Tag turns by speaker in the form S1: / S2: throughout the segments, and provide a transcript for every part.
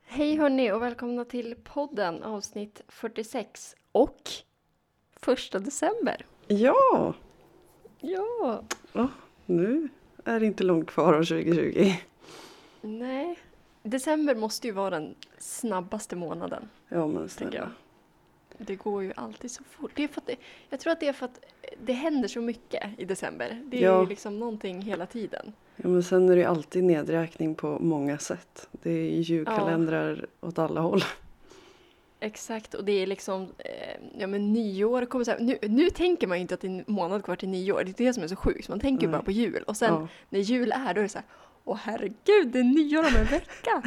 S1: Hej hörni och välkomna till podden avsnitt 46 och 1 december.
S2: Ja,
S1: Ja,
S2: nu är det inte långt kvar av 2020.
S1: nej. December måste ju vara den snabbaste månaden,
S2: Ja, men
S1: tänker jag.
S2: snälla.
S1: Det går ju alltid så fort. Det är för att det, jag tror att det är för att det händer så mycket i december. Det är
S2: Ja.
S1: ju liksom någonting hela tiden.
S2: Ja, men sen är det ju alltid nedräkning på många sätt. Det är ju julkalendrar åt alla håll.
S1: Exakt, och det är liksom, eh, ja men nyår kommer så här, nu, nu tänker man ju inte att det är en månad kvar till nyår, det är det som är så sjukt, man tänker ju
S2: Nej.
S1: bara på jul och sen
S2: Ja.
S1: när jul är då är det så här, åh herregud det är nyår om en vecka!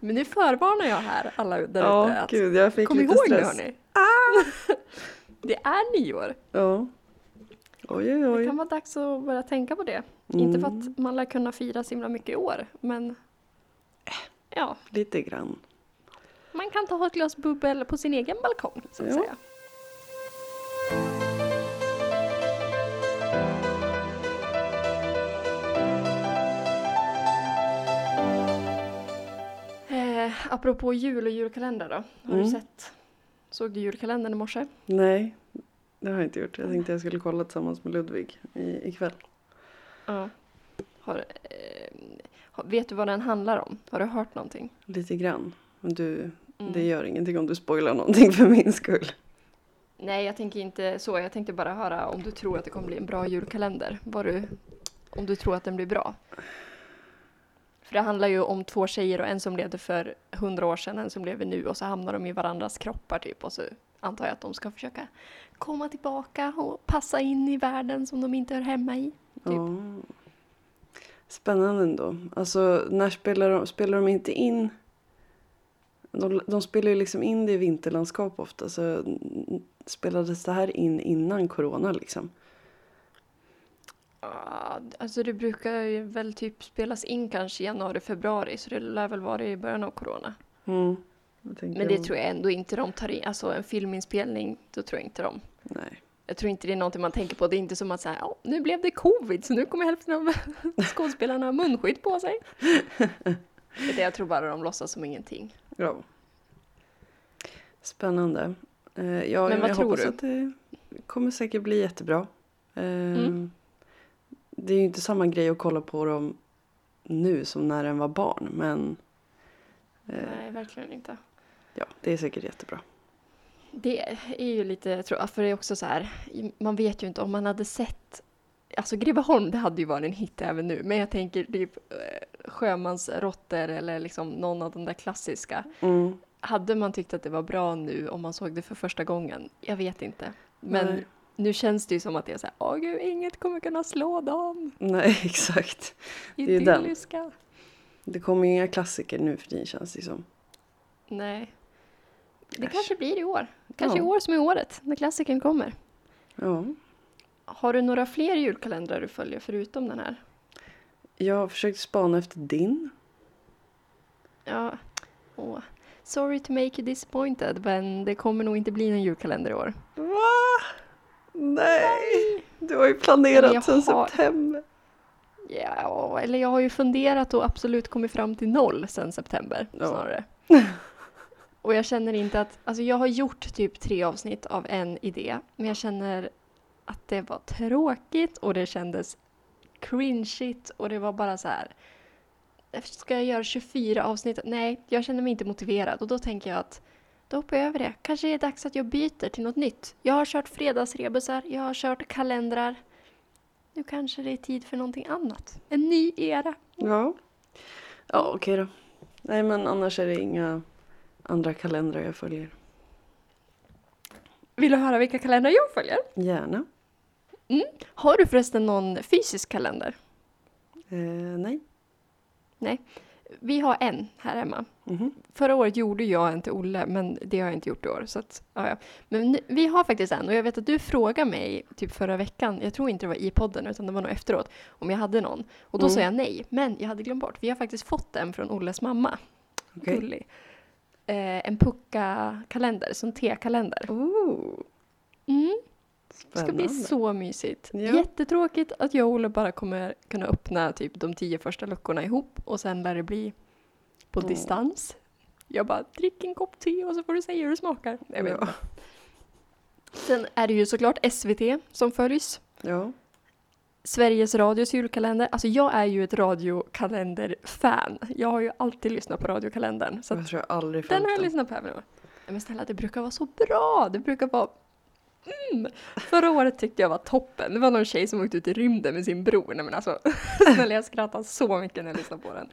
S1: men nu förvarnar jag här alla där ute
S2: Ja,
S1: att
S2: gud, jag fick
S1: kom
S2: lite
S1: ihåg nu
S2: stress. Ah!
S1: hörni! det är nyår,
S2: Ja. Oj, oj, Mm,
S1: det
S2: oj.
S1: kan vara dags att börja tänka på det. Inte för att man lär kunna fira så himla mycket i år, men
S2: Eh.
S1: ja,
S2: Lite grann.
S1: man kan ta ett glas bubbel på sin egen balkong så att
S2: Ja.
S1: säga. Eh, apropå jul och julkalender då. Har
S2: Mm.
S1: du sett? Såg du julkalendern i morse?
S2: Nej, det har jag inte gjort. Jag tänkte jag skulle kolla tillsammans med Ludvig i, ikväll.
S1: Ja. Har, eh, har- vet du vad den handlar om? Har du hört någonting?
S2: Lite grann. Men du,
S1: Mm.
S2: det gör ingenting om du spoilar någonting för min skull.
S1: Nej, jag tänker inte så. Jag tänkte bara höra om du tror att det kommer bli en bra julkalender. Vad du, om du tror att den blir bra. För det handlar ju om två tjejer och en som levde för hundra år sedan, en som lever nu och så hamnar de i varandras kroppar typ och så antar jag att de ska försöka komma tillbaka och passa in i världen som de inte hör hemma i. Typ.
S2: Ja. Spännande ändå. Alltså när spelar de, spelar de inte in? De, de spelar ju liksom in det i vinterlandskap ofta. Så mm, spelades det här in innan corona liksom?
S1: Ah, Alltså det brukar ju väl typ spelas in kanske i januari, februari så det lär väl vara i början av corona.
S2: Mm.
S1: Men det tror jag ändå inte de tar in, alltså en filminspelning, då tror jag inte de
S2: Nej.
S1: Jag tror inte det är någonting man tänker på. Det är inte som att säga, ja, nu blev det covid så nu kommer hälften av skådespelarna ha munskydd på sig. Det är det jag tror bara de låtsas som ingenting.
S2: Ja. Spännande. Eh, ja,
S1: Men
S2: jag
S1: vad tror
S2: hoppas
S1: du?
S2: att det kommer säkert bli jättebra. Eh,
S1: Mm.
S2: Det är ju inte samma grej att kolla på dem nu som när en var barn. Men eh,
S1: Nej, verkligen inte.
S2: ja, det är säkert jättebra.
S1: Det är ju lite, jag tror, för det är också så här, man vet ju inte om man hade sett Alltså Greveholm, det hade ju varit en hit även nu, men jag tänker typ eh, sjömansrotter eller liksom någon av de där klassiska.
S2: Mm.
S1: Hade man tyckt att det var bra nu om man såg det för första gången? Jag vet inte. Men
S2: Nej.
S1: nu känns det ju som att det är så här, åh gud, inget kommer kunna slå dem.
S2: Nej, exakt. Det är den.
S1: Idylliska.
S2: Det kommer ju inga klassiker nu för tiden känns det som.
S1: Nej. Det
S2: Äsch.
S1: kanske blir i år. Kanske
S2: Ja.
S1: i år som i året, när klassikern kommer.
S2: Ja.
S1: Har du några fler julkalendrar du följer förutom den här?
S2: Jag försökte spana efter din.
S1: Ja, åh. Sorry to make you disappointed, men det kommer nog inte bli någon julkalender i år.
S2: Va? Nej! Du har
S1: Men
S2: ju
S1: jag
S2: planerat sedan
S1: har-
S2: september.
S1: Ja, eller jag har ju funderat och absolut kommit fram till noll sen september
S2: Ja.
S1: snarare. Och jag känner inte att, alltså jag har gjort typ tre avsnitt av en idé, men jag känner att det var tråkigt och det kändes cringeigt och det var bara så här. Ska jag göra 24 avsnitt? Nej, jag känner mig inte motiverad och då tänker jag att då hoppar jag över det. Kanske är det dags att jag byter till något nytt. Jag har kört fredagsrebusar, jag har kört kalendrar. Nu kanske det är tid för någonting annat. En ny era.
S2: Ja. Ja, okej då. Nej, men annars är det inga andra kalendrar jag följer.
S1: Vill du höra vilka kalendrar jag följer?
S2: Gärna.
S1: Har du förresten någon fysisk kalender?
S2: Eh, nej.
S1: Vi har en här hemma.
S2: Mhm.
S1: Förra året gjorde jag en till Olle, men det har jag inte gjort i år. Så att, ja, ja. Men nu- vi har faktiskt en och jag vet att du frågade mig typ förra veckan, jag tror inte det var i podden utan det var nog efteråt, om jag hade någon. Och då
S2: Mm.
S1: sa jag nej, men jag hade glömt bort. Vi har faktiskt fått en från Olles mamma,
S2: Okej.
S1: Gulli. Eh, en pucka-kalender, som tekalender.
S2: Ooh,
S1: Mm. Det ska
S2: spännande.
S1: bli så mysigt.
S2: Ja.
S1: Jättetråkigt att jag och Olle bara kommer kunna öppna typ de tio första luckorna ihop och sen lär det bli på
S2: Mm.
S1: distans. Jag bara, drick en kopp te och så får du säga hur det smakar. Jag vet.
S2: Ja.
S1: inte. Sen är det ju såklart SVT som följs.
S2: ja.
S1: Sveriges Radios julkalender. Alltså jag är ju ett radiokalender-fan. Jag har ju alltid lyssnat på radiokalendern. Så att
S2: Jag tror jag aldrig
S1: den
S2: följt
S1: har jag lyssnat på även i år. Nej, Men snälla, det brukar vara så bra! Det brukar vara... Mm. Förra året tyckte jag var toppen. Det var någon tjej som åkte ut i rymden med sin bror. Nej men alltså, snälla jag skrattar så mycket när jag lyssnar på den.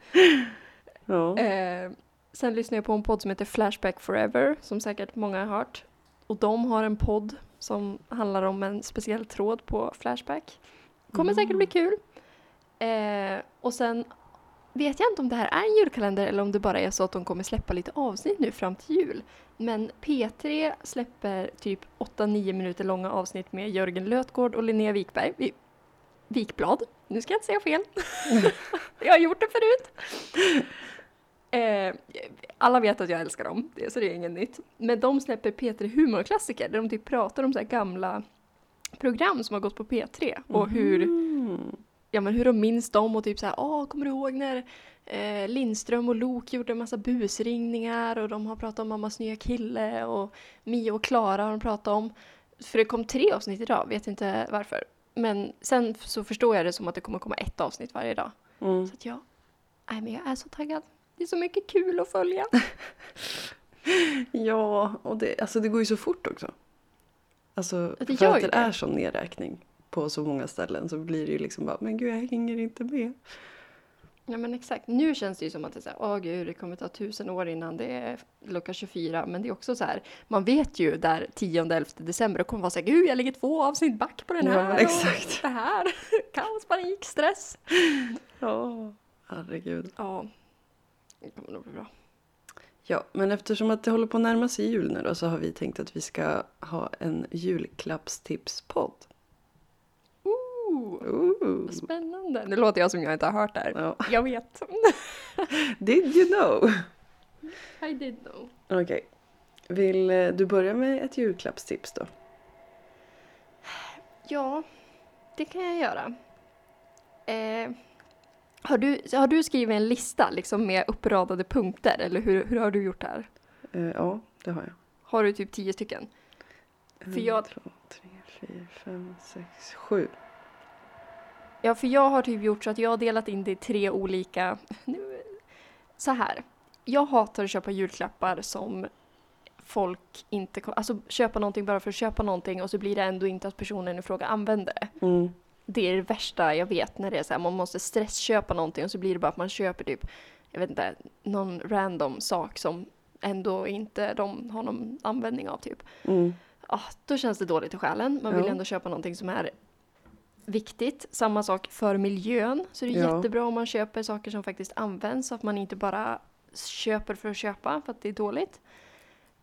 S2: Ja.
S1: Eh, sen lyssnar jag på en podd som heter Flashback Forever, som säkert många har hört. Och de har en podd som handlar om en speciell tråd på Flashback. Kommer
S2: Mm.
S1: säkert bli kul. Eh, och sen vet jag inte om det här är en julkalender eller om det bara är så att de kommer släppa lite avsnitt nu fram till jul. Men P3 släpper typ 8-9 minuter långa avsnitt med Jörgen Lötgård och Linnea Wikberg. Vi- Wikblad. Nu ska jag inte säga fel. jag har gjort det förut. Eh, alla vet att jag älskar dem, det- så det är inget nytt. Men de släpper P3 Humorklassiker där de typ pratar om så här gamla program som har gått på P3
S2: Mhm.
S1: och hur,
S2: Mm.
S1: ja, men hur de minns dem och typ så här, ah, kommer du ihåg när eh, Lindström och Lok gjorde en massa busringningar och de har pratat om mammas nya kille och Mia och Klara har de pratat om. För det kom tre avsnitt idag, vet inte varför. Men sen f- så förstår jag det som att det kommer komma ett avsnitt varje dag.
S2: Mm.
S1: Så att jag, nej men jag är så taggad. Det är så mycket kul att följa.
S2: Ja, och det, alltså det går ju så fort också. Alltså,
S1: Ja, det
S2: för
S1: gör
S2: att
S1: ju
S2: det
S1: det.
S2: är sån nedräkning på så många ställen så blir det ju liksom bara, men gud jag hänger inte med.
S1: Ja men exakt, nu känns det ju som att det är så här, åh gud, det kommer ta tusen år innan det är lucka 24, men det är också så här, man vet ju där 10-11 december, och kommer vara så här, gud jag ligger två avsnitt back på den
S2: Ja,
S1: här,
S2: men
S1: och
S2: exakt.
S1: det här, kaos, panik, stress.
S2: Ja, herregud.
S1: Ja, det kommer nog bli bra.
S2: Ja, men eftersom att det håller på att närma sig jul nu då så har vi tänkt att vi ska ha en julklappstipspodd.
S1: Ooh,
S2: Ooh.
S1: vad spännande, nu låter jag som jag inte har hört det här.
S2: Ja,
S1: Jag vet.
S2: did you know?
S1: I did know.
S2: Okej. Vill eh, du börja med ett julklappstips då?
S1: Ja, det kan jag göra. Eh, har, du, har du skrivit en lista liksom med uppradade punkter, eller hur, hur har du gjort det här?
S2: Eh, ja, det har jag.
S1: Har du typ tio stycken? För jag-
S2: En, två, tre, fyra, fem, sex, sju.
S1: Ja, för jag har typ gjort så att jag har delat in det i tre olika... Nu, så här. Jag hatar att köpa julklappar som folk inte kommer... Alltså köpa någonting bara för att köpa någonting och så blir det ändå inte att personen i fråga använder det.
S2: Mm.
S1: Det är det värsta jag vet när det är så här, man måste stressköpa någonting och så blir det bara att man köper typ, jag vet inte, någon random sak som ändå inte de har någon användning av typ.
S2: Mm.
S1: Ja, då känns det dåligt i själen. Man vill
S2: Ja.
S1: ändå köpa någonting som är viktigt. Samma sak för miljön. Så det är
S2: Ja.
S1: jättebra om man köper saker som faktiskt används så att man inte bara köper för att köpa för att det är dåligt.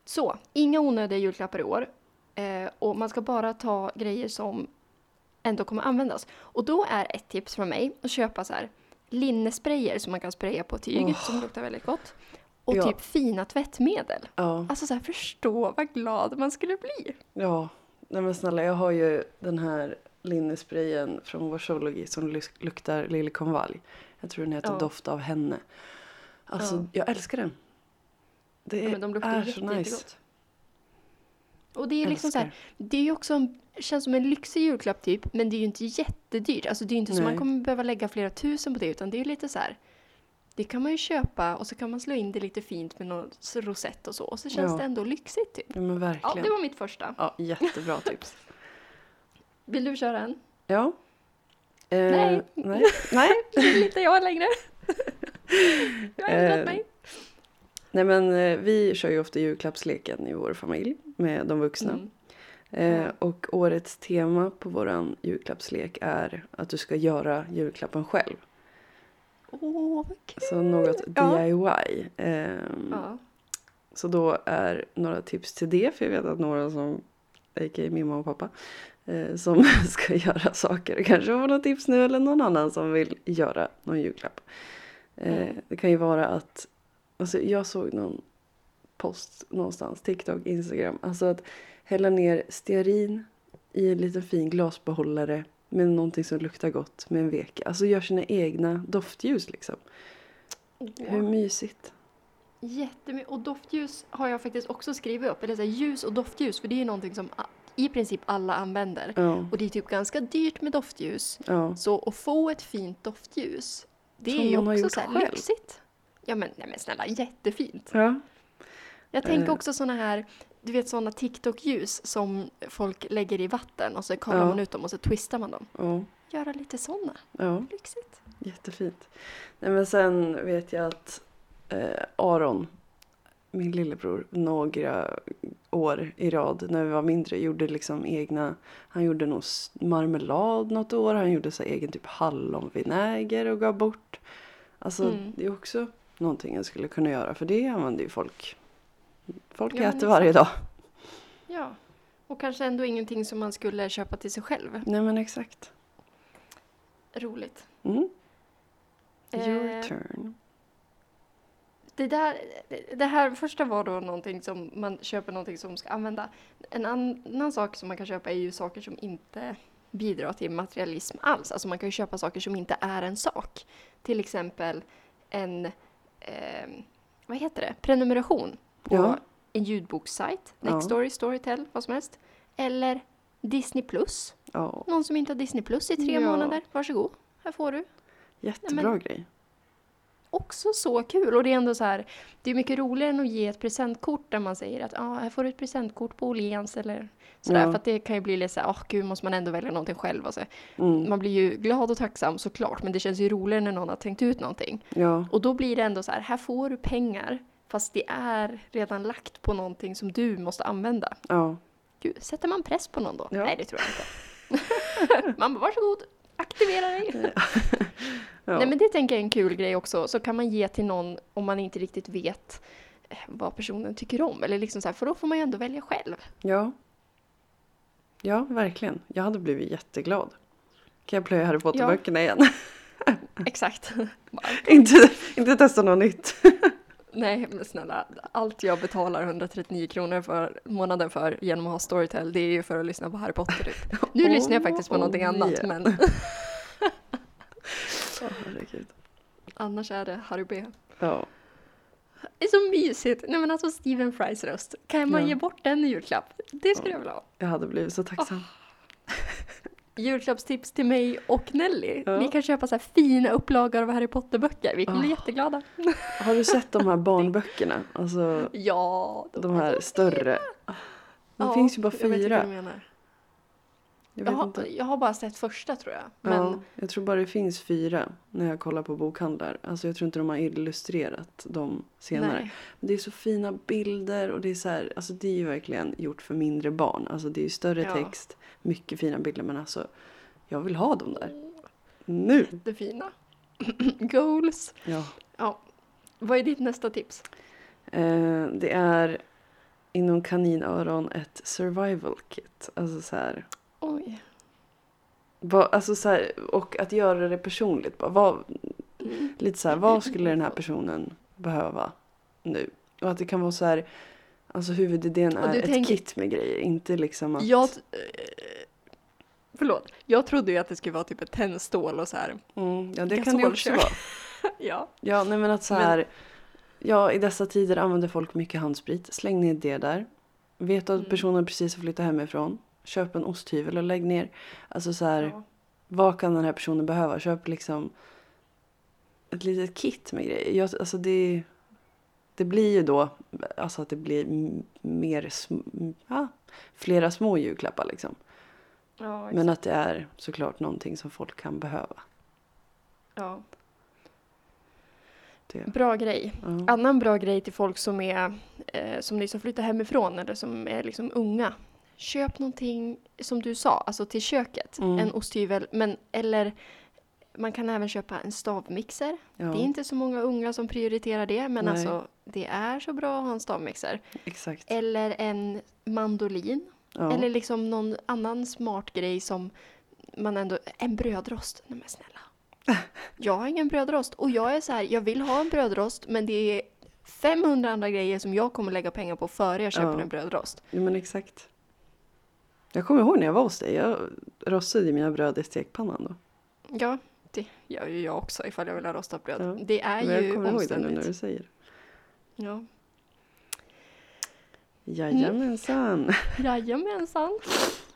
S1: Så, inga onödiga julklappar i år. Eh, och man ska bara ta grejer som ändå kommer användas. Och då är ett tips från mig att köpa så här linnesprayer som man kan spraya på tyg
S2: Åh.
S1: som luktar väldigt gott. Och
S2: Ja.
S1: typ fina tvättmedel.
S2: Ja.
S1: Alltså så här, förstå vad glad man skulle bli.
S2: Ja, nej men snälla jag har ju den här linnesprayen från Warsology som lus- luktar liljekonvalj. Jag tror den heter
S1: Ja.
S2: Doft av henne. Alltså
S1: Ja.
S2: jag älskar den. Det
S1: Ja, men de luktar
S2: är
S1: jätte,
S2: så nice.
S1: jättegott. Och det är ju liksom så här,
S2: Älskar.
S1: det är ju också en, känns som en lyxig julklapp typ, men det är ju inte jättedyrt. Alltså det är ju inte så man
S2: Nej.
S1: kommer behöva lägga flera tusen på det, utan det är ju lite så här, det kan man ju köpa och så kan man slå in det lite fint med någon rosett och så, och så känns
S2: Ja.
S1: det ändå lyxigt typ.
S2: Ja men
S1: Ja,
S2: verkligen.
S1: det
S2: Ja,
S1: var mitt första.
S2: jättebra tips.
S1: Vill du köra en?
S2: Ja. Eh,
S1: Nej.
S2: Nej. nej.
S1: Vill inte jag längre. jag har ändrat
S2: Eh,
S1: mig.
S2: Nej men eh, vi kör ju ofta julklappsleken i vår familj med de vuxna.
S1: Mm.
S2: Eh,
S1: Ja.
S2: och årets tema på våran julklappslek är att du ska göra julklappen själv.
S1: Åh, vad kul!
S2: Så Alltså, något
S1: Ja.
S2: DIY. Ehm,
S1: Ja.
S2: Så då är några tips till det, för jag vet att några som, a.k.a. min mamma och pappa, eh, som ska göra saker. Kanske får några tips nu eller någon annan som vill göra någon julklapp. Eh,
S1: Mm.
S2: Det kan ju vara att, alltså jag såg någon post någonstans, TikTok, Instagram, alltså att hälla ner stearin i en liten fin glasbehållare med någonting som luktar gott med en veke. Alltså gör sina egna doftljus liksom. Hur mysigt?
S1: Jättemycket. Och doftljus har jag faktiskt också skrivit upp. Eller så här, ljus och doftljus, för det är ju någonting som a- i princip alla använder.
S2: Ja.
S1: Och det är typ ganska dyrt med doftljus.
S2: ja.
S1: Så att få ett fint doftljus, det
S2: Som
S1: är ju
S2: någon har
S1: också
S2: gjort
S1: så här
S2: själv.
S1: lyxigt. Ja men, nej, men snälla, jättefint.
S2: ja.
S1: Jag tänker
S2: Eh.
S1: också såna här, du vet såna TikTok-ljus som folk lägger i vatten och så kablar
S2: Ja.
S1: man ut dem och så twistar man dem.
S2: ja.
S1: Göra lite såna,
S2: ja.
S1: lyxigt.
S2: Jättefint. Nej, men sen vet jag att eh, Aron, min lillebror, några år i rad när vi var mindre gjorde liksom egna, han gjorde nog s- marmelad något år, han gjorde så här egen typ hallonvinäger och gav bort. Alltså
S1: Mm.
S2: det är också någonting jag skulle kunna göra för det använder ju folk. Folk
S1: Ja, men
S2: äter varje dag.
S1: Ja. Och kanske ändå ingenting som man skulle köpa till sig själv.
S2: Nej men exakt.
S1: Roligt.
S2: Mm. Your
S1: Eh,
S2: turn.
S1: Det, där, det här första var då någonting som man köper någonting som ska använda. En annan sak som man kan köpa är ju saker som inte bidrar till materialism alls. Alltså man kan ju köpa saker som inte är en sak. Till exempel en, ehm, vad heter det, prenumeration på
S2: Ja.
S1: en ljudbokssajt.
S2: Ja.
S1: Nextory, Storytel, vad som helst. Eller Disney+. Plus.
S2: Ja,
S1: Någon som inte har Disney Plus i tre
S2: Ja.
S1: månader, varsågod. Här får du.
S2: jättebra grej.
S1: också så kul. Och det är ändå så här, det är mycket roligare än att ge ett presentkort där man säger att ja, här får du ett presentkort på Åhléns eller sådär.
S2: Ja.
S1: För att det kan ju bli lite så här, åh gud, måste man ändå välja någonting själv? Och så.
S2: Mm.
S1: Man blir ju glad och tacksam såklart, men det känns ju roligare när någon har tänkt ut någonting.
S2: Ja,
S1: Och då blir det ändå så här, här får du pengar, fast det är redan lagt på någonting som du måste använda.
S2: ja.
S1: Gud, sätter man press på någon då?
S2: Ja.
S1: Nej, det tror jag inte. man bara, varsågod, aktivera dig.
S2: ja.
S1: Nej men det tänker jag är en kul grej också, så kan man ge till någon om man inte riktigt vet eh, vad personen tycker om. Eller liksom så här, för då får man ju ändå välja själv.
S2: Ja. Ja, verkligen. Jag hade blivit jätteglad. Kan jag plöja Harry Potter-böckerna igen? Mm.
S1: Exakt. Bara,
S2: inte, inte testa något nytt.
S1: Nej men snälla, allt jag betalar 139 kronor för månaden för genom att ha Storytel, det är ju för att lyssna på Harry Potter. Typ. Nu lyssnar jag faktiskt på någonting
S2: Oh,
S1: annat
S2: yeah.
S1: men
S2: Åh, herregud.
S1: annars är det Harry B.
S2: ja.
S1: Det är så mysigt! Nej men alltså Stephen Frys röst, kan man
S2: Ja.
S1: ge bort den i julklapp? Det skulle jag
S2: Ja.
S1: vilja ha.
S2: Jag hade blivit så tacksam.
S1: julklappstips till mig och Nelly.
S2: Ja.
S1: Ni kan köpa så här fina upplagor av Harry Potter-böcker. Vi kommer bli
S2: Ah.
S1: jätteglada.
S2: Har du sett de här barnböckerna? Alltså
S1: Ja,
S2: de här större. Det
S1: Ja,
S2: finns ju bara
S1: jag vet inte vad du
S2: fyra.
S1: menar.
S2: Jag
S1: Jag,
S2: vet
S1: har,
S2: inte.
S1: jag har bara sett första tror jag. Men
S2: Ja, jag tror bara det finns fyra när jag kollar på bokhandlar. Alltså jag tror inte de har illustrerat dem senare.
S1: nej.
S2: Det är så fina bilder och det är så här, alltså det är ju verkligen gjort för mindre barn. Alltså det är ju större
S1: Ja.
S2: text, mycket fina bilder men alltså jag vill ha dem där. Nu!
S1: Det fina. Goals.
S2: Ja.
S1: Ja. Vad är ditt nästa tips?
S2: Eh, det är inom kaninöron ett survival kit. Alltså så här,
S1: Oj.
S2: vad, alltså så här och att göra det personligt. Bara, vad, lite så här, vad skulle den här personen behöva nu? Och att det kan vara så här, alltså huvudidén
S1: Och
S2: är
S1: du
S2: ett
S1: tänker-
S2: kit med grejer, inte liksom att...
S1: Jag... t- eh, Förlåt. Jag trodde ju att det skulle vara typ ett tändstål och så här.
S2: Mm, ja, det kan det ju också
S1: gasolkök.
S2: vara.
S1: Ja.
S2: Ja, nej men att så
S1: Men-
S2: här. Ja, i dessa tider använder folk mycket handsprit. Släng ner det där. Vet du att
S1: Mm.
S2: personen precis har flyttat hemifrån? Köp en osthyvel och lägg ner. Alltså så här,
S1: ja.
S2: vad kan den här personen behöva? Köp liksom ett litet kit med grejer. Jag, alltså det, det blir ju då alltså att det blir m- mer, sm- ja, flera små julklappar liksom.
S1: Ja,
S2: Men att det är såklart någonting som folk kan behöva.
S1: ja.
S2: Det,
S1: Bra grej.
S2: ja.
S1: annan bra grej till folk som är eh, som nyss har flyttat hemifrån eller som är liksom unga. Köp någonting som du sa, alltså till köket.
S2: Mm.
S1: En osthyvel, men eller man kan även köpa en stavmixer.
S2: Ja,
S1: Det är inte så många unga som prioriterar det, men
S2: Nej.
S1: alltså det är så bra att ha en stavmixer.
S2: exakt.
S1: Eller en mandolin.
S2: Ja.
S1: Eller liksom någon annan smart grej som man ändå, en brödrost, nej men snälla. Jag har ingen brödrost och jag är så här, jag vill ha en brödrost men det är 500 andra grejer som jag kommer lägga pengar på före jag köper
S2: Ja.
S1: en brödrost.
S2: Ja men exakt. Jag kommer ihåg när jag var hos dig. Jag rostade i mina bröd i stekpannan då.
S1: Ja, det gör ju jag också ifall jag vill ha rostat bröd.
S2: Ja,
S1: Det är
S2: men jag
S1: ju
S2: kommer ihåg det nu när
S1: omständigt.
S2: du säger det.
S1: Ja.
S2: Jajamensan.
S1: Jajamensan.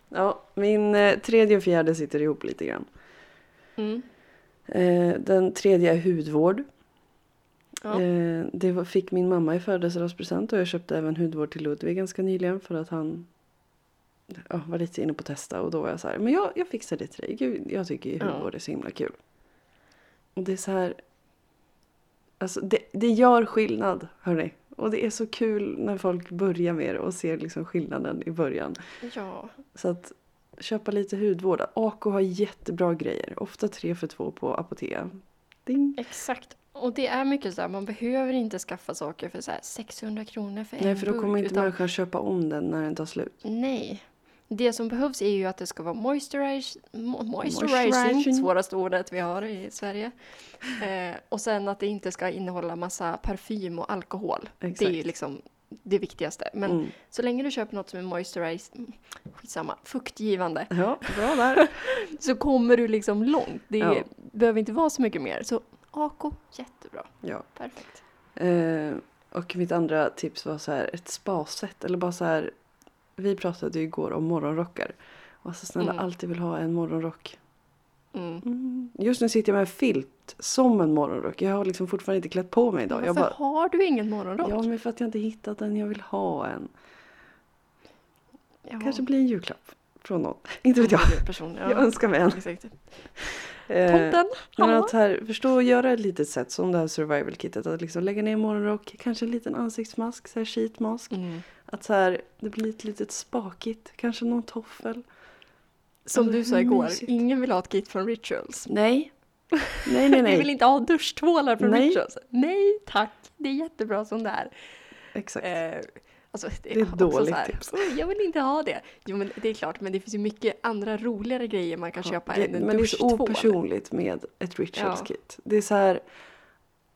S2: Ja, min eh, tredje och fjärde sitter ihop lite grann.
S1: Mm.
S2: Eh, Den tredje är hudvård.
S1: Ja.
S2: Eh, Det var- fick min mamma i födelsedagspresent och jag köpte även hudvård till Ludvig ganska nyligen för att han ja, var lite inne på att testa och då var jag så här, men jag, jag fixar det till dig. Gud, jag tycker ju
S1: Ja.
S2: hudvård är så himla kul. Och det är så här, alltså det, det gör skillnad hörni. Och det är så kul när folk börjar med det och ser liksom skillnaden i början.
S1: ja.
S2: Så att köpa lite hudvård. AK har jättebra grejer. Ofta tre för två på Apotea. Ding.
S1: Exakt. Och det är mycket så här, man behöver inte skaffa saker för så här 600 kronor för en
S2: Nej, för då
S1: burk,
S2: kommer inte
S1: utan-
S2: människan köpa om den när den tar slut.
S1: Nej. Det som behövs är ju att det ska vara moisturizing, moisturizing,
S2: Moisturizing.
S1: svåraste ordet vi har i Sverige. Eh, och sen att det inte ska innehålla massa parfym och alkohol. Det är ju
S2: Exakt.
S1: liksom det viktigaste. Men
S2: Mm.
S1: så länge du köper något som är moisturizing, skitsamma, fuktgivande,
S2: Ja, bra där.
S1: så kommer du liksom långt. Det
S2: Ja.
S1: behöver inte vara så mycket mer. Så AK, jättebra,
S2: ja.
S1: perfekt.
S2: Eh, och mitt andra tips var så här, ett spaset. Eller bara så här, vi pratade ju igår om morgonrockar. Och så snälla,
S1: Mm.
S2: alltid vill ha en morgonrock.
S1: Mm.
S2: Mm. Just nu sitter jag med en filt som en morgonrock. Jag har liksom fortfarande inte klätt på mig idag.
S1: Varför
S2: Jag bara,
S1: har du ingen morgonrock?
S2: ja, men för att jag inte hittat den jag vill ha än.
S1: Ja,
S2: Kanske blir en julklapp från någon. Inte vet jag.
S1: Person, ja.
S2: Jag önskar mig en.
S1: Exakt.
S2: Eh,
S1: Tomten,
S2: Men
S1: hallå?
S2: att här, förstå och göra ett litet sätt som det här survival kitet. Att liksom lägga ner morgonrock, kanske en liten ansiktsmask, så här sheet mask.
S1: Mm.
S2: Att så här, det blir ett litet spakigt, kanske någon toffel.
S1: Som
S2: Alltså,
S1: du sa
S2: hur
S1: igår,
S2: mysigt.
S1: ingen vill ha ett kit från Rituals.
S2: Nej. Nej, nej,
S1: Vi vill
S2: nej.
S1: inte ha duschtvålar från
S2: Nej.
S1: Rituals. Nej tack, det är jättebra som det är.
S2: Exakt.
S1: Eh, alltså, det,
S2: Det är
S1: också
S2: dåligt
S1: så här,
S2: tips.
S1: "Oj, Jag vill inte ha det. Jo men det är klart, men det finns ju mycket andra roligare grejer man kan
S2: Ja,
S1: köpa
S2: det,
S1: än en
S2: Men det är så
S1: duschtvål.
S2: opersonligt med ett rituals
S1: Ja.
S2: kit. Det är så här,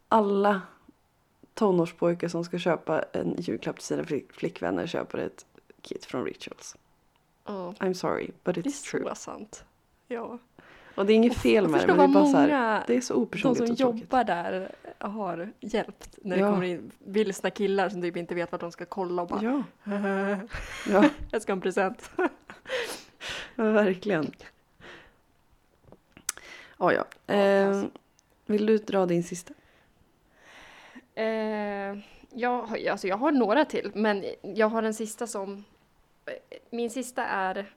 S2: alla tonårspojkar som ska köpa en julklapp till sina flick- flickvänner köper ett kit från rituals.
S1: Ja,
S2: I'm sorry, but
S1: det är
S2: it's true.
S1: så sant. Ja.
S2: Och det är inget fel
S1: Jag
S2: med det,
S1: förstår
S2: men det är
S1: vad
S2: bara så här,
S1: många,
S2: det är så
S1: de
S2: opersonligt
S1: som
S2: och tråkigt.
S1: jobbar där har hjälpt när
S2: Ja.
S1: det kommer in vilsna killar som typ inte vet vad de ska kolla och bara
S2: Ja, ja
S1: jag ska ha en present.
S2: men verkligen. Ja, ja.
S1: Ja,
S2: Eh,
S1: alltså.
S2: vill du dra din sista?
S1: Eh, jag, har- alltså jag har några till, men jag har en sista som... eh, Min sista är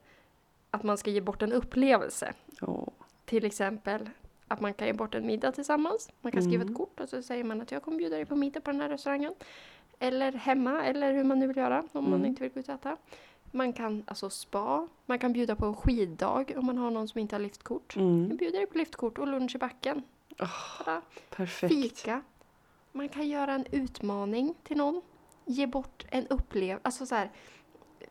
S1: att man ska ge bort en upplevelse.
S2: Ja.
S1: Till exempel att man kan ge bort en middag tillsammans. Man kan skriva
S2: Mm.
S1: ett kort och så säger man att jag kommer bjuda dig på middag på den här restaurangen. Eller hemma, eller hur man nu vill göra om man
S2: Mm.
S1: inte vill gå ut och äta. Man kan alltså spa, man kan bjuda på en skiddag om man har någon som inte har liftkort. Jag
S2: Mm.
S1: bjuder dig på liftkort och lunch i backen. Tada!
S2: Perfekt.
S1: fika. Man kan göra en utmaning till någon. Ge bort en upplevelse. Alltså så här, eh,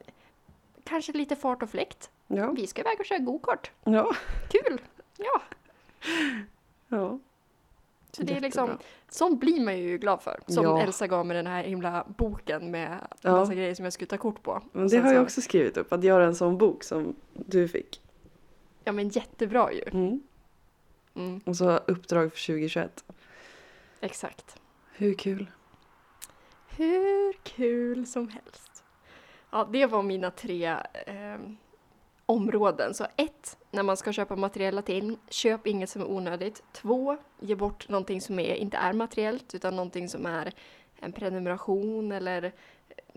S1: kanske lite fart och fläkt.
S2: Ja.
S1: Vi ska iväg och köra gokart.
S2: Ja.
S1: Kul! Ja, så
S2: ja.
S1: det är
S2: Jättebra.
S1: liksom, sånt blir man ju glad för. Som
S2: Ja.
S1: Elsa gav mig den här himla boken med
S2: Ja.
S1: massa grejer som jag skulle ta kort på.
S2: Men det
S1: Sen
S2: har
S1: så-
S2: jag också skrivit upp, att göra en sån bok som du fick.
S1: Ja men jättebra ju.
S2: Mm.
S1: Mm,
S2: Och så uppdrag för 2021.
S1: exakt.
S2: Hur kul?
S1: Hur kul som helst. Ja, det var mina tre eh, områden. Så ett, när man ska köpa materiella ting, köp inget som är onödigt. Två, ge bort någonting som är, inte är materiellt, utan någonting som är en prenumeration eller eh,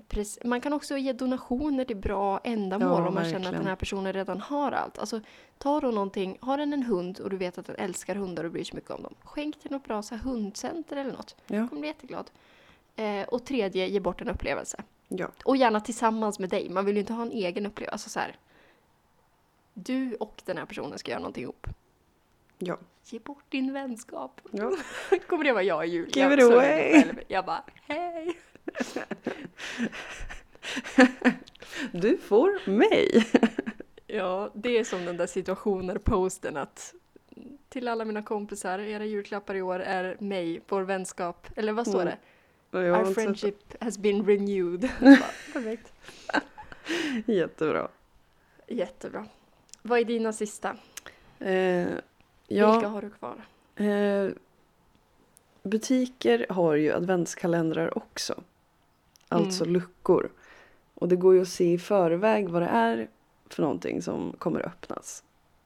S1: pres- man kan också ge donationer till bra ändamål
S2: Ja,
S1: om man känner att
S2: verkligen.
S1: den här personen redan har allt. Alltså, ta då någonting, har den en hund och du vet att den älskar hundar och bryr sig mycket om dem, skänk till något bra så här, hundcenter eller något
S2: Ja.
S1: kommer bli jätteglad. Eh, och tredje, ge bort en upplevelse.
S2: ja.
S1: Och gärna tillsammans med dig. Man vill ju inte ha en egen upplevelse. Alltså så här, du och den här personen ska göra någonting ihop.
S2: Ja.
S1: Ge bort din vänskap.
S2: ja.
S1: Kommer det vara jag i jul?
S2: Give
S1: jag
S2: it
S1: slår
S2: away.
S1: mig själv. Jag bara, hej!
S2: Du får mig!
S1: Ja, det är som den där situationer-posten att till alla mina kompisar, era julklappar i år är mig, vår vänskap. Eller vad står
S2: Mm.
S1: det?
S2: Och jag har
S1: Our
S2: inte sett-
S1: friendship has been renewed. Bara, Perfekt.
S2: Jättebra.
S1: Jättebra. Vad är dina sista?
S2: Eh, ja.
S1: Vilka har du kvar?
S2: Eh, butiker har ju adventskalendrar också. Alltså luckor. Och det går ju att se i förväg vad det är för någonting som kommer att öppnas.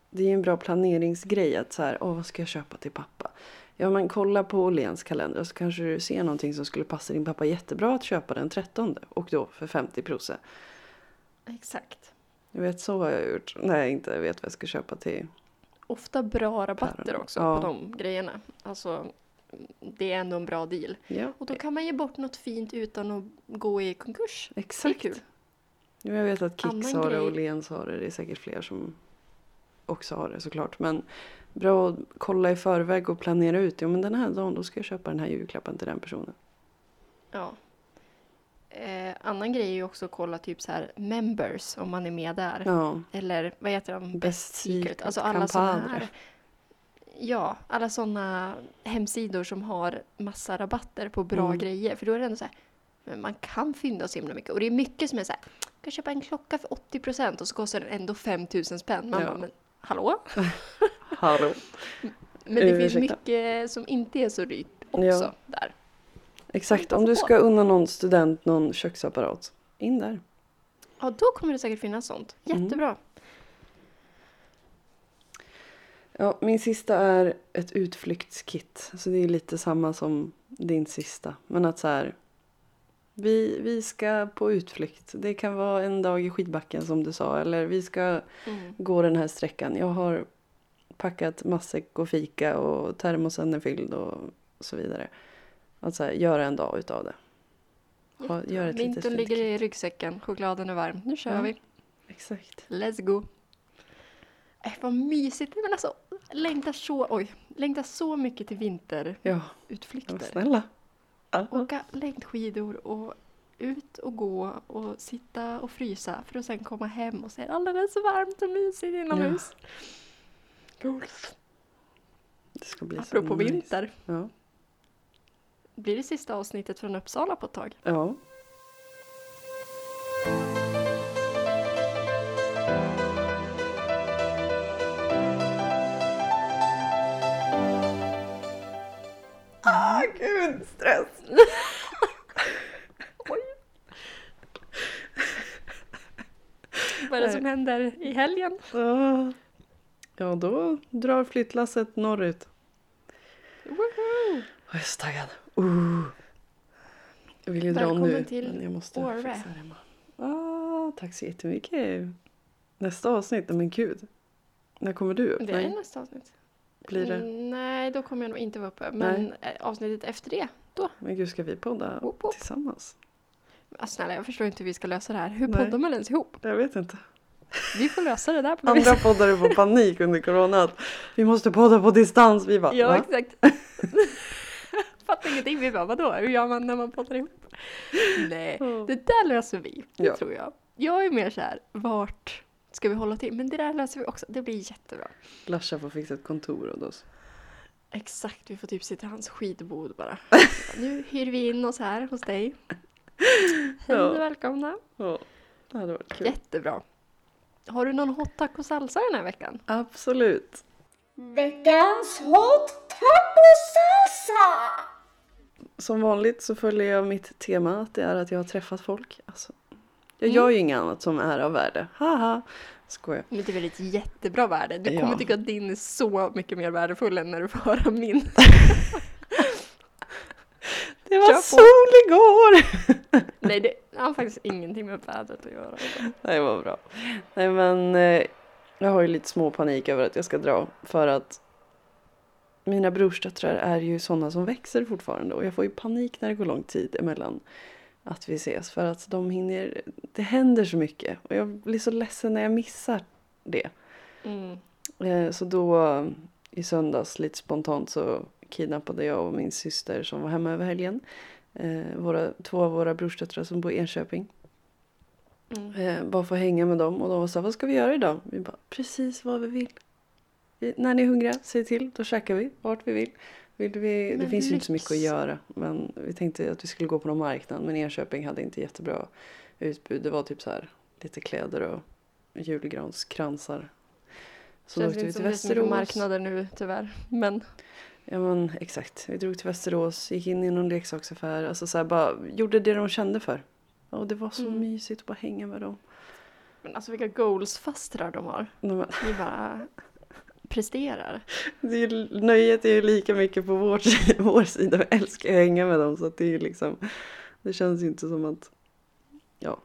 S2: Det är ju en bra planeringsgrej att så här, åh vad ska jag köpa till pappa? Ja men kolla på Åhléns kalender så kanske du ser någonting som skulle passa din pappa jättebra att köpa den 13 och då för 50 prosa.
S1: Exakt.
S2: Jag vet så har jag gjort när jag inte vet vad jag ska köpa till.
S1: Ofta bra rabatter
S2: Päron.
S1: också
S2: Ja.
S1: på de grejerna. Alltså, det är ändå en bra deal.
S2: Ja,
S1: Och då kan man ge bort något fint utan att gå i konkurs.
S2: exakt.
S1: Det är kul.
S2: Jo, jag vet att Kicks
S1: Annan
S2: har det
S1: grej-
S2: och Åhléns har det. Det är säkert fler som också har det såklart. Men bra att kolla i förväg och planera ut. Jo men den här dagen då ska jag köpa den här julklappen till den personen.
S1: Ja. Eh, annan grej är ju också att kolla typ så här members om man är med där.
S2: Ja.
S1: Eller vad heter de?
S2: Best
S1: Secret. Alltså alla såna
S2: kampanjer.
S1: här. Ja, alla såna hemsidor som har massa rabatter på bra
S2: Mm.
S1: grejer. För då är det ändå så här, men man kan fynda så himla mycket. Och det är mycket som är så här, jag kan köpa en klocka för 80 procent och så kostar den ändå 5000 spänn. Man
S2: Ja.
S1: bara, men hallå?
S2: Hallå.
S1: Men det
S2: Eh,
S1: finns
S2: ursäkta.
S1: mycket som inte är så dyrt också
S2: Ja.
S1: där.
S2: Exakt,
S1: Hitta
S2: om du
S1: på.
S2: ska unna någon student någon köksapparat. In där.
S1: Ja, då kommer det säkert finnas sånt.
S2: Mm.
S1: Jättebra.
S2: Ja, min sista är ett utflyktskit. Så det är lite samma som din sista. Men att så här. Vi, vi ska på utflykt. Det kan vara en dag i skidbacken som du sa. Eller vi ska
S1: Mm.
S2: gå den här sträckan. Jag har packat matsäck och fika och termosen är fylld och så vidare. Att så här, göra en dag utav det. Ha, gör ett litet
S1: Vintern
S2: fint
S1: ligger
S2: kit.
S1: i ryggsäcken, chokladen är varm. Nu kör
S2: Ja.
S1: vi.
S2: Exakt.
S1: Let's go. Äh, vad mysigt. Men alltså, längtar så, oj, längtar så mycket till
S2: Ja, ja,
S1: vinterutflykter.
S2: snälla. Ja.
S1: Åka längdskidor och ut och gå och sitta och frysa för att sen komma hem och säga att det är så varmt och mysigt inomhus. Golf.
S2: Det ska bli så
S1: Apropå
S2: nice.
S1: vinter,
S2: Ja.
S1: blir det sista avsnittet från Uppsala på ett tag?
S2: ja. Ah, gud, stress!
S1: Vad är det som händer i helgen?
S2: Ah. Ja, då drar flyttlasset norrut.
S1: Woho!
S2: Jag är så taggad. Uh. Jag vill ju dra
S1: Välkommen
S2: nu,
S1: till
S2: men jag måste
S1: Åre.
S2: fixa det hemma. Ah, tack så jättemycket. Nästa avsnitt, nej men gud. När kommer du upp?
S1: Det är
S2: Nej,
S1: nästa avsnitt.
S2: blir det?
S1: Mm, Nej, då kommer jag nog inte vara uppe. Men eh, avsnittet efter det, då.
S2: Men gud, ska vi podda
S1: Woop woop.
S2: tillsammans?
S1: Alltså, Oh, snälla, jag förstår inte hur vi ska lösa det här. Hur
S2: Nej.
S1: poddar man ens ihop?
S2: Jag vet inte.
S1: Vi får lösa det där på något
S2: Andra poddare får panik under corona att vi måste podda på distans. Vi bara,
S1: Ja,
S2: va?
S1: exakt. Fattar ingenting. Vi bara, vadå? Hur gör man när man poddar ihop? Nej,
S2: Ja.
S1: det där löser vi. Det
S2: Ja.
S1: tror jag. Jag är mer så här, vart ska vi hålla till? Men det där löser vi också. Det blir jättebra.
S2: Larsa får fixa ett kontor åt oss.
S1: Exakt, vi får typ sitta i hans skidbod bara. Nu hyr vi in oss här hos dig. Hej
S2: Ja.
S1: och välkomna.
S2: Ja, det hade varit kul.
S1: Jättebra. Har du någon hot taco salsa den här veckan?
S2: Absolut.
S3: Veckans hot taco salsa!
S2: Som vanligt så följer jag mitt tema att det är att jag har träffat folk. Alltså, jag
S1: Mm.
S2: gör ju inget annat som är av värde. Haha! Skojar.
S1: Men det är väl ett jättebra värde. Du
S2: Ja.
S1: kommer tycka att din är så mycket mer värdefull än när du får höra min.
S2: Det
S1: Kör
S2: var
S1: på.
S2: sol igår!
S1: Nej, det har faktiskt ingenting med vädret att göra.
S2: Nej, vad bra. Nej, men eh, jag har ju lite små panik över att jag ska dra för att mina brorsdöttrar är ju sådana som växer fortfarande och jag får ju panik när det går lång tid emellan att vi ses för att de hinner, det händer så mycket och jag blir så ledsen när jag missar det.
S1: Mm.
S2: Eh, Så då eh, i söndags lite spontant så kidnappade jag och min syster som var hemma över helgen eh, våra, två av våra brorsdöttrar som bor i Enköping.
S1: Mm.
S2: Eh, bara få hänga med dem och de var så här, vad ska vi göra idag? Vi bara, precis vad vi vill. Vi, när ni är hungriga, säg till, då käkar vi vart vi vill. vill vi, det
S1: Men
S2: finns ju inte så mycket att
S1: lyx.
S2: göra men vi tänkte att vi skulle gå på någon marknad men Enköping hade inte jättebra utbud. Det var typ så här lite kläder och julgranskransar. Så då
S1: Känns
S2: åkte vi
S1: inte
S2: till
S1: som det är så mycket
S2: Västerås.
S1: marknader nu tyvärr. Men
S2: Ja men exakt. Vi drog till Västerås, gick in i någon leksaksaffär. Alltså så här, bara gjorde det de kände för. Och det var så
S1: Mm.
S2: mysigt att bara hänga med dem.
S1: Men alltså vilka goals-fastrar de har.
S2: Nej, men,
S1: Vi bara presterar.
S2: det är, ju- nöjet är ju lika mycket på vår, si- vår sida. Vi älskar att hänga med dem så att det är ju liksom. Det känns ju inte som att. Ja.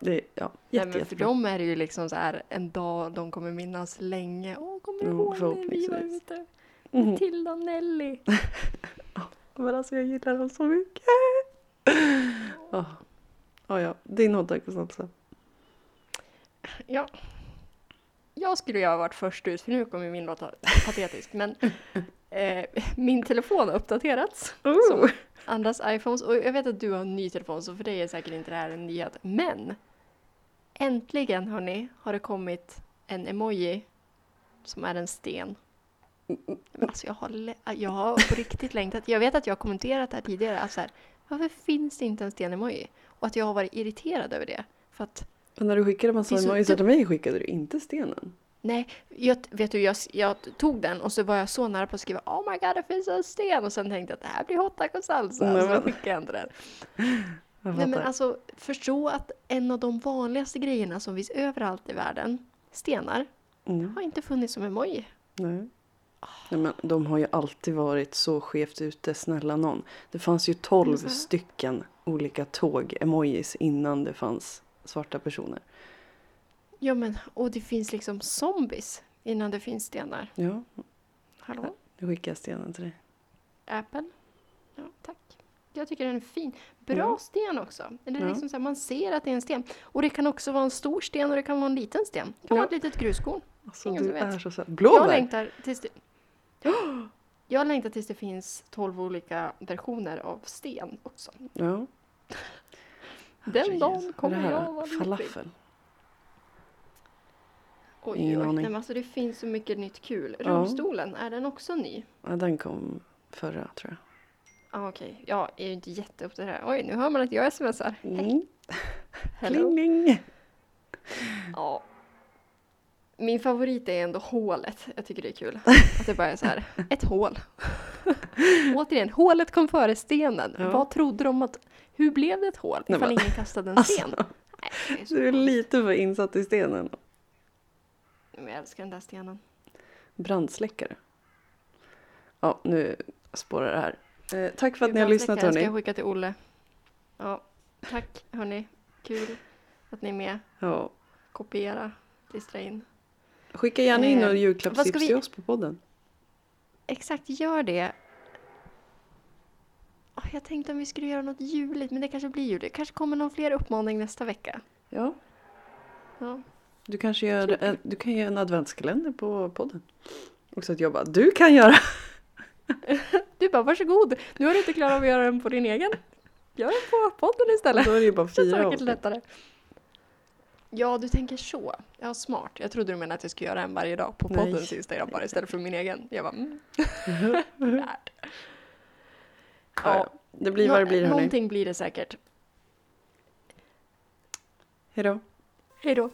S2: Det är ja,
S1: Nej,
S2: jätte,
S1: men för
S2: jättebra.
S1: dem är det ju liksom så här en dag de kommer minnas länge. Åh, kommer du
S2: Jo,
S1: ihåg när vi var
S2: förhoppningsvis.
S1: ute?
S2: Mhm.
S1: Matilda och Nelly.
S2: Men alltså jag gillar dem så mycket. Oh. Oh, ja, din hotdog-salsa.
S1: Ja. Jag skulle ju ha varit först ut, för nu kommer min låta patetisk, men eh, min telefon har uppdaterats. Som andras iPhones. Och jag vet att du har en ny telefon, så för dig är säkert inte det här en nyhet. Men! Äntligen, hörni, har det kommit en emoji som är en sten. Men Alltså jag har, le- jag har på riktigt längtat. Jag vet att jag har kommenterat det här tidigare. Alltså här, varför finns det inte en sten-emoji? Och att jag har varit irriterad över det. För att
S2: Men när du skickade massa
S1: Det är så typ-
S2: emojisar till mig skickade du inte stenen.
S1: Nej, jag, vet du, jag, jag tog den och så var jag så nära på att skriva Oh my god, det finns en sten! Och sen tänkte jag att det här blir hot taco salsa.
S2: Nej,
S1: så
S2: men-
S1: skickade jag inte den.
S2: Jag
S1: Nej men
S2: fattar.
S1: alltså, förstå att en av de vanligaste grejerna som finns överallt i världen, stenar,
S2: Mm,
S1: har inte funnits som emoji.
S2: nej. Nej, men de har ju alltid varit så skevt ute, snälla någon. Det fanns ju 12
S1: Mhm.
S2: stycken olika tåg-emojis innan det fanns svarta personer.
S1: Ja men, och det finns liksom zombies innan det finns stenar.
S2: Ja,
S1: Hallå?
S2: nu skickar jag stenen till dig.
S1: Apple? Ja, tack. Jag tycker den är fin. Bra
S2: Ja.
S1: sten också. Eller
S2: Ja.
S1: liksom så här, man ser att det är en sten. Och det kan också vara en stor sten och det kan vara en liten sten. Det kan
S2: Ja.
S1: vara ett litet gruskorn.
S2: Alltså
S1: Ingen
S2: du
S1: som vet.
S2: är så söt.
S1: Jag
S2: Blåbär!
S1: längtar tills det... Jag längtar tills det finns 12 olika versioner av sten också.
S2: Ja.
S1: Den dagen
S2: Herregud.
S1: kommer
S2: Det här
S1: jag vara lycklig.
S2: Falafel.
S1: Oj,
S2: Ingen
S1: oj, oj.
S2: aning.
S1: Nej, men alltså det finns så mycket nytt kul.
S2: Ja.
S1: Rullstolen, är den också ny?
S2: Ja, den kom förra tror
S1: Ah, Okej, jag är ju inte jätteuppdaterad. Oj, nu hör man att jag smsar.
S2: jag. Mm.
S1: Hello.
S2: Kling, kling.
S1: Ja. Min favorit är ändå hålet. Jag tycker det är kul. Att det bara är så här, ett hål. Återigen, hålet kom före stenen.
S2: Ja.
S1: Vad trodde de att... Hur blev det ett hål
S2: Nej,
S1: ifall
S2: men-
S1: ingen kastade en
S2: Alltså.
S1: sten? Nej, det är så
S2: Du är
S1: konstigt.
S2: lite för insatt i stenen.
S1: Men jag älskar den där stenen.
S2: Brandsläckare. Ja, nu spårar det här. Eh, tack för att ni har
S1: Ibland
S2: lyssnat
S1: kan jag- ska
S2: hörni.
S1: jag skicka till Olle. Ja, tack hörni. Kul att ni är med.
S2: Ja.
S1: Kopiera, klistra in.
S2: Skicka gärna in
S1: Eh,
S2: några
S1: vad ska
S2: julklappstips
S1: vi-
S2: till oss på podden.
S1: Exakt, gör det. Åh, Jag tänkte om vi skulle göra något juligt, men det kanske blir juligt. kanske kommer någon fler uppmaning nästa vecka.
S2: Ja.
S1: Ja.
S2: Du kanske gör, eh, du kan göra en adventskalender på podden. Och så att jag bara, du kan göra!
S1: Du bara, varsågod! Nu har du inte klarat av att göra den på din egen. Gör den på podden istället.
S2: Då är det ju bara
S1: Det är
S2: fyra
S1: säkert
S2: avsnitt.
S1: lättare. Ja, du tänker så. Ja, smart. Jag trodde du menade att jag skulle göra en varje dag på
S2: Nej.
S1: poddens Instagram bara istället för min egen. Jag bara, mm. Lärd.
S2: Ja, ja. Det blir vad det
S1: Nå-
S2: blir hörni.
S1: Någonting blir det säkert.
S2: Hejdå.
S1: Hej då!